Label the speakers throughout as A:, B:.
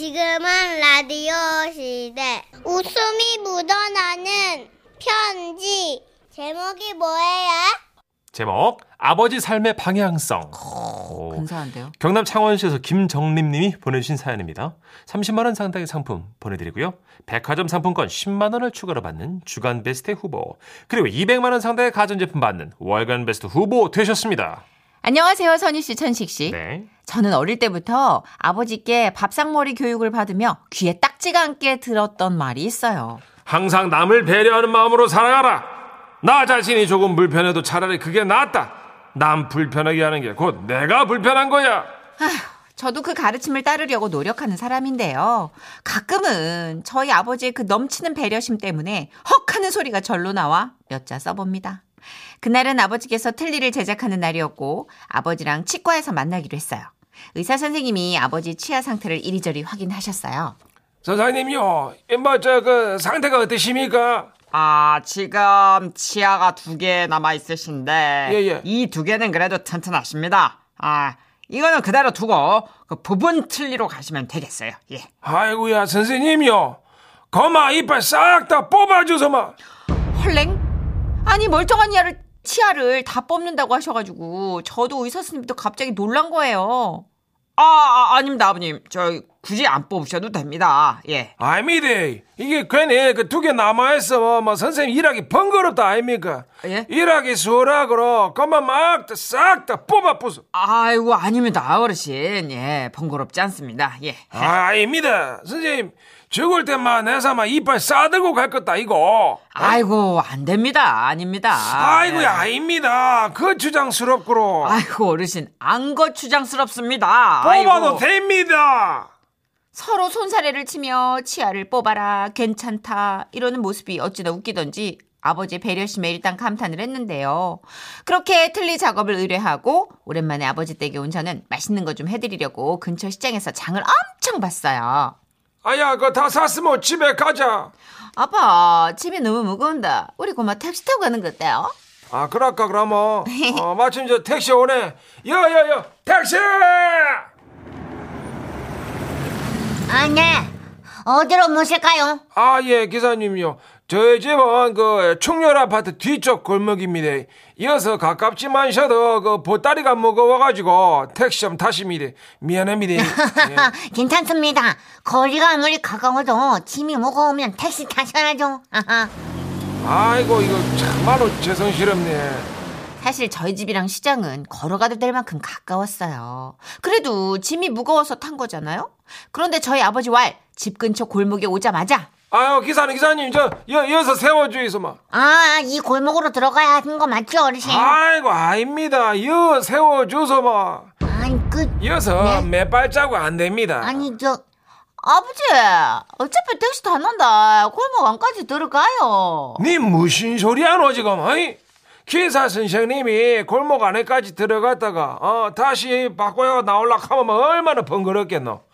A: 지금은 라디오 시대. 웃음이 묻어나는 편지. 제목이 뭐예요?
B: 제목 아버지 삶의 방향성. 오.
C: 어, 근사한데요.
B: 경남 창원시에서 김정림 님이 보내주신 사연입니다. 30만 원 상당의 상품 보내드리고요. 백화점 상품권 10만 원을 추가로 받는 주간 베스트 후보 그리고 200만 원 상당의 가전제품 받는 월간 베스트 후보 되셨습니다.
C: 안녕하세요, 선희 씨, 천식 씨.
B: 네.
C: 저는 어릴 때부터 아버지께 밥상머리 교육을 받으며 귀에 딱지가 않게 들었던 말이 있어요.
B: 항상 남을 배려하는 마음으로 살아가라. 나 자신이 조금 불편해도 차라리 그게 낫다. 남 불편하게 하는 게 곧 내가 불편한 거야.
C: 저도 그 가르침을 따르려고 노력하는 사람인데요. 가끔은 저희 아버지의 그 넘치는 배려심 때문에 헉 하는 소리가 절로 나와 몇 자 써봅니다. 그날은 아버지께서 틀니를 제작하는 날이었고 아버지랑 치과에서 만나기로 했어요. 의사 선생님이 아버지 치아 상태를 이리저리 확인하셨어요.
B: 선생님요, 인마 저그 상태가 어떠십니까?
D: 아, 지금 치아가 두 개 남아 있으신데
B: 예, 예.
D: 이 두 개는 그래도 튼튼하십니다. 아, 이거는 그대로 두고 그 부분 틀리로 가시면 되겠어요. 예.
B: 아이고야 선생님요, 거마 이빨 싹 다 뽑아줘서 마.
C: 헐랭? 아니 멀쩡한 이하를 치아를 다 뽑는다고 하셔가지고 저도 의사 선생님도 갑자기 놀란 거예요.
D: 아, 아 아닙니다, 아버님. 저 굳이 안 뽑으셔도 됩니다. 예.
B: 아닙니다. 이게 괜히 그 두 개 남아있어. 뭐 선생님 일하기 번거롭다 아닙니까?
D: 예?
B: 일하기 수월하고로 거마 막싹 다 뽑아 부숴.
D: 아이고, 아닙니다, 어르신. 예, 번거롭지 않습니다. 예.
B: 아닙니다. 선생님, 죽을 때만 해서만 이빨 싸들고 갈 것다, 이거.
D: 아이고, 안 됩니다. 아닙니다.
B: 아이고야,
D: 예.
B: 아닙니다. 그 주장스럽고로.
D: 아이고, 어르신. 안 거추장스럽습니다.
B: 뽑아도
D: 아이고.
B: 됩니다.
C: 서로 손사래를 치며 치아를 뽑아라 괜찮다 이러는 모습이 어찌나 웃기던지 아버지의 배려심에 일단 감탄을 했는데요. 그렇게 틀니 작업을 의뢰하고 오랜만에 아버지 댁에 온 저는 맛있는 거 좀 해드리려고 근처 시장에서 장을 엄청 봤어요.
B: 아야, 그거 다 샀으면 집에 가자.
C: 아빠 집이 너무 무거운다. 우리 고마 택시 타고 가는 거 어때요?
B: 아, 그럴까, 그러면.
A: 네.
B: 어, 마침 저 택시 오네. 여, 여, 여, 택시!
A: 아, 네. 어디로 모실까요?
B: 아, 예, 기사님요. 저희 집은 그 충렬 아파트 뒤쪽 골목입니다. 이어서 가깝지만셔도 그 보따리가 무거워가지고 택시 좀 타십니다. 미안합니다. 예.
A: 괜찮습니다. 거리가 아무리 가까워도 짐이 무거우면 택시 타셔야죠. 아하.
B: 아이고 이거 참말로 죄송스럽네.
C: 사실 저희 집이랑 시장은 걸어가도 될 만큼 가까웠어요. 그래도 짐이 무거워서 탄 거잖아요? 그런데 저희 아버지 왈 집 근처 골목에 오자마자
B: 아유 기사님 기사님 저 여, 여기서 세워주이소 마.
A: 아, 이 골목으로 들어가야 하는 거 맞죠, 어르신?
B: 아이고 아닙니다. 여 세워주소 마.
A: 아니, 그,
B: 여기서 몇 발자국 안 됩니다.
A: 아니, 저,
C: 아버지 어차피 택시 다 난다 골목 안까지 들어가요.
B: 니 무슨 소리 하노 지금? 어이? 기사 선생님이 골목 안에까지 들어갔다가 어, 다시 바꿔 나올라 하면 얼마나 번거롭겠노.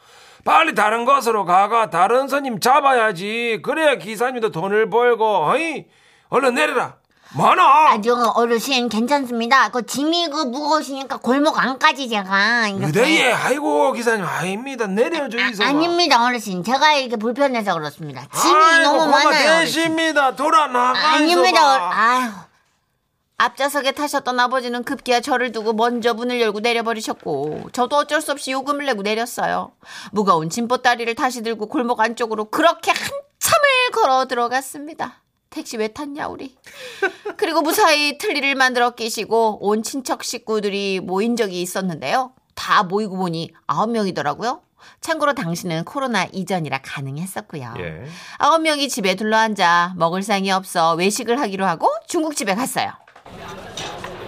B: 빨리 다른 곳으로 가가 다른 손님 잡아야지. 그래야 기사님도 돈을 벌고 어이? 얼른 내려라. 많아.
A: 아, 저, 어르신, 괜찮습니다. 그 짐이 그 무거우시니까 골목 안까지 제가. 이렇게.
B: 네, 예, 아이고 기사님 아닙니다. 내려주이소.
A: 아, 아닙니다, 어르신. 제가 이렇게 불편해서 그렇습니다. 짐이 너무 많아요. 어르신.
B: 되십니다. 돌아 나가.
A: 아닙니다, 어르- 아유.
C: 앞좌석에 타셨던 아버지는 급기야 저를 두고 먼저 문을 열고 내려버리셨고 저도 어쩔 수 없이 요금을 내고 내렸어요. 무거운 짐보따리를 다시 들고 골목 안쪽으로 그렇게 한참을 걸어 들어갔습니다. 택시 왜 탔냐 우리. 그리고 무사히 틀니를 만들어 끼시고 온 친척 식구들이 모인 적이 있었는데요. 다 모이고 보니 아홉 명이더라고요. 참고로 당신은 코로나 이전이라 가능했었고요.
B: 예.
C: 아홉 명이 집에 둘러앉아 먹을 상이 없어 외식을 하기로 하고 중국집에 갔어요.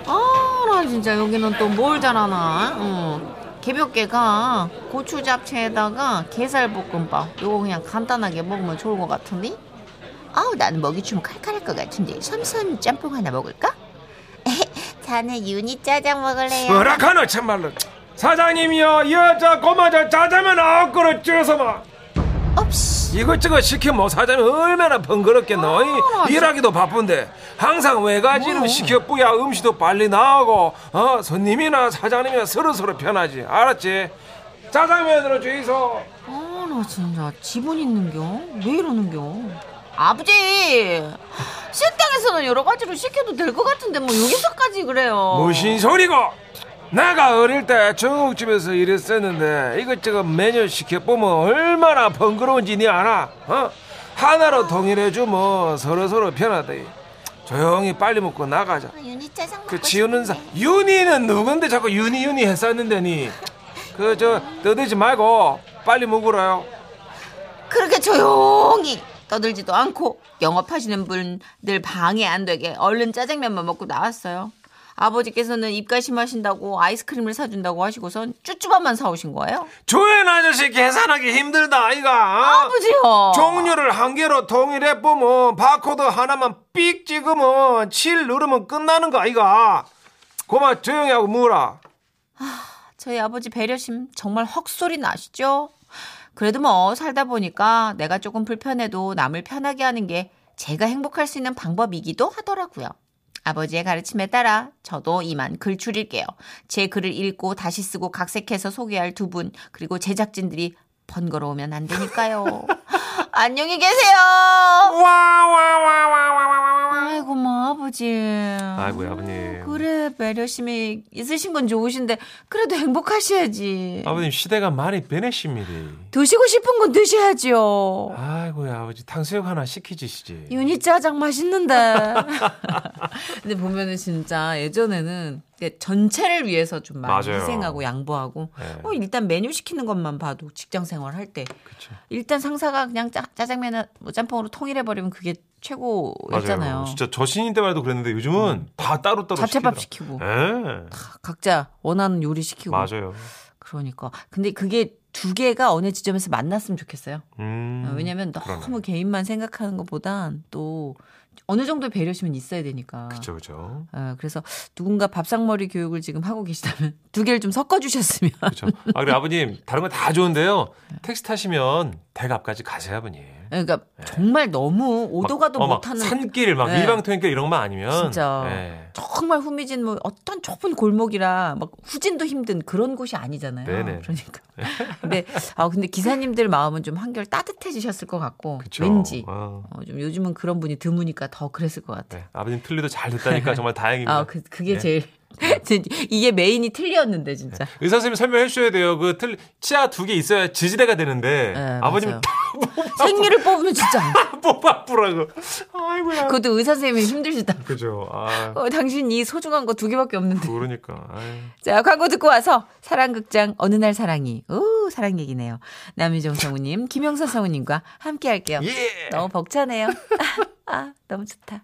C: 아, 나 진짜 여기는 또 뭘 잘하나? 응. 개벽게가 고추 잡채에다가 게살 볶음밥 요거 그냥 간단하게 먹으면 좋을 것 같은데? 아우 나는 먹이 좀 칼칼할 것 같은데 섬선 짬뽕 하나 먹을까?
A: 저는 유니 짜장 먹을래요.
B: 뭐라카노 참말로. 사장님이요 여자 고마자 짜장면 아홉 그릇 찍어서 막
C: 없이
B: 이것저것 시키면 사장님 얼마나 번거롭겠노. 이 일하기도 바쁜데 항상 외가지로 시켜뿌야 음식도 빨리 나오고 어 손님이나 사장님이나 서로 서로 편하지. 알았지? 짜장면으로 주이소.
C: 아, 나 아 진짜 지분 있는겨? 왜 이러는겨? 아버지 식당에서는 여러 가지로 시켜도 될 것 같은데 뭐 여기서까지 그래요.
B: 무슨 소리고? 내가 어릴 때 중국집에서 일했었는데 이것저것 메뉴 시켜보면 얼마나 번거로운지 니 아나? 어? 하나로 통일해주면 뭐 서로서로 편하대 조용히 빨리 먹고 나가자
A: 유니 짜장
B: 그 지우는 사 윤희는 누군데 자꾸 윤희 윤희 했었는데 니그저 떠들지 말고 빨리 먹으라요
C: 그렇게 조용히 떠들지도 않고 영업하시는 분들 방해 안 되게 얼른 짜장면만 먹고 나왔어요. 아버지께서는 입가심하신다고 아이스크림을 사준다고 하시고선 쭈쭈밥만 사오신 거예요?
B: 조연 아저씨 계산하기 힘들다 아이가 어?
C: 아버지요.
B: 종류를 한 개로 통일해 보면 바코드 하나만 삑 찍으면 7 누르면 끝나는 거 아이가 고마 조용히 하고 물어
C: 저희 아버지 배려심 정말 헉소리 나시죠? 그래도 뭐 살다 보니까 내가 조금 불편해도 남을 편하게 하는 게 제가 행복할 수 있는 방법이기도 하더라고요. 아버지의 가르침에 따라 저도 이만 글 줄일게요. 제 글을 읽고 다시 쓰고 각색해서 소개할 두 분, 그리고 제작진들이 번거로우면 안 되니까요. 안녕히 계세요!
B: 와와와와와와와
C: 아이고, 뭐, 아버지.
B: 아이고 아버님
C: 그래, 배려심이 있으신 건 좋으신데, 그래도 행복하셔야지.
B: 아버님 시대가 많이 변했습니다
C: 드시고 싶은 건 드셔야지요.
B: 아이고야 아버지 탕수육 하나 시키지시지
C: 유니 짜장 맛있는데. 근데 보면은 진짜 예전에는 이게 전체를 위해서 좀 많이
B: 맞아요.
C: 희생하고 양보하고
B: 네.
C: 어, 일단 메뉴 시키는 것만 봐도 직장 생활 할 때
B: 그쵸.
C: 일단 상사가 그냥 짜, 짜장면은 뭐 짬뽕으로 통일해 버리면 그게 최고였잖아요. 음.
B: 진짜 저 신인 때만 해도 그랬는데 요즘은 다 따로따로 시키더라.
C: 잡채밥 시키고
B: 예.
C: 각자 원하는 요리 시키고
B: 맞아요.
C: 그러니까 근데 그게 두 개가 어느 지점에서 만났으면 좋겠어요.
B: 음.
C: 어, 왜냐면 너무
B: 그러네.
C: 개인만 생각하는 것보단 또 어느 정도 배려심은 있어야 되니까.
B: 그쵸 그쵸.
C: 어, 그래서 누군가 밥상머리 교육을 지금 하고 계시다면 두 개를 좀 섞어주셨으면.
B: 그쵸. 아 그래 아버님 다른 건 다 좋은데요. 택시 타시면 대갑까지 가세요 아버님.
C: 그러니까 정말 너무
B: 네. 막,
C: 오도가도
B: 어, 막
C: 못하는
B: 산길 막
C: 네.
B: 일방통행길 이런 것만 아니면
C: 진짜.
B: 예.
C: 정말 후미진 뭐 어떤 좁은 골목이라 막 후진도 힘든 그런 곳이 아니잖아요.
B: 네네.
C: 그러니까. 근데 아 근데 기사님들 마음은 좀 한결 따뜻해지셨을 것 같고
B: 그쵸.
C: 왠지
B: 어.
C: 어, 좀 요즘은 그런 분이 드무니까 더 그랬을 것 같아요.
B: 네. 아버님 틀리도 잘 됐다니까 정말 다행입니다.
C: 아, 그, 그게
B: 예.
C: 제일. 이게 메인이 틀렸는데, 진짜.
B: 의사 선생님 설명해 주셔야 돼요. 그 틀, 치아 두 개 있어야 지지대가 되는데
C: 네,
B: 아버님
C: 맞아요.
B: 예.
C: 생리를 뽑으면 진짜.
B: 뽑아 뿌라고. 아이고야.
C: 그것도 의사 선생님이 힘드시다.
B: 그죠. 아,
C: 어, 당신 이 소중한 거 두 개밖에 없는데.
B: 그러니까. 아이.
C: 자, 광고 듣고 와서 사랑극장 어느 날 사랑이. 오, 사랑 얘기네요. 남유정 성우님, 김영선 성우님과 함께 할게요.
B: 예.
C: 너무 벅차네요. 아, 너무 좋다.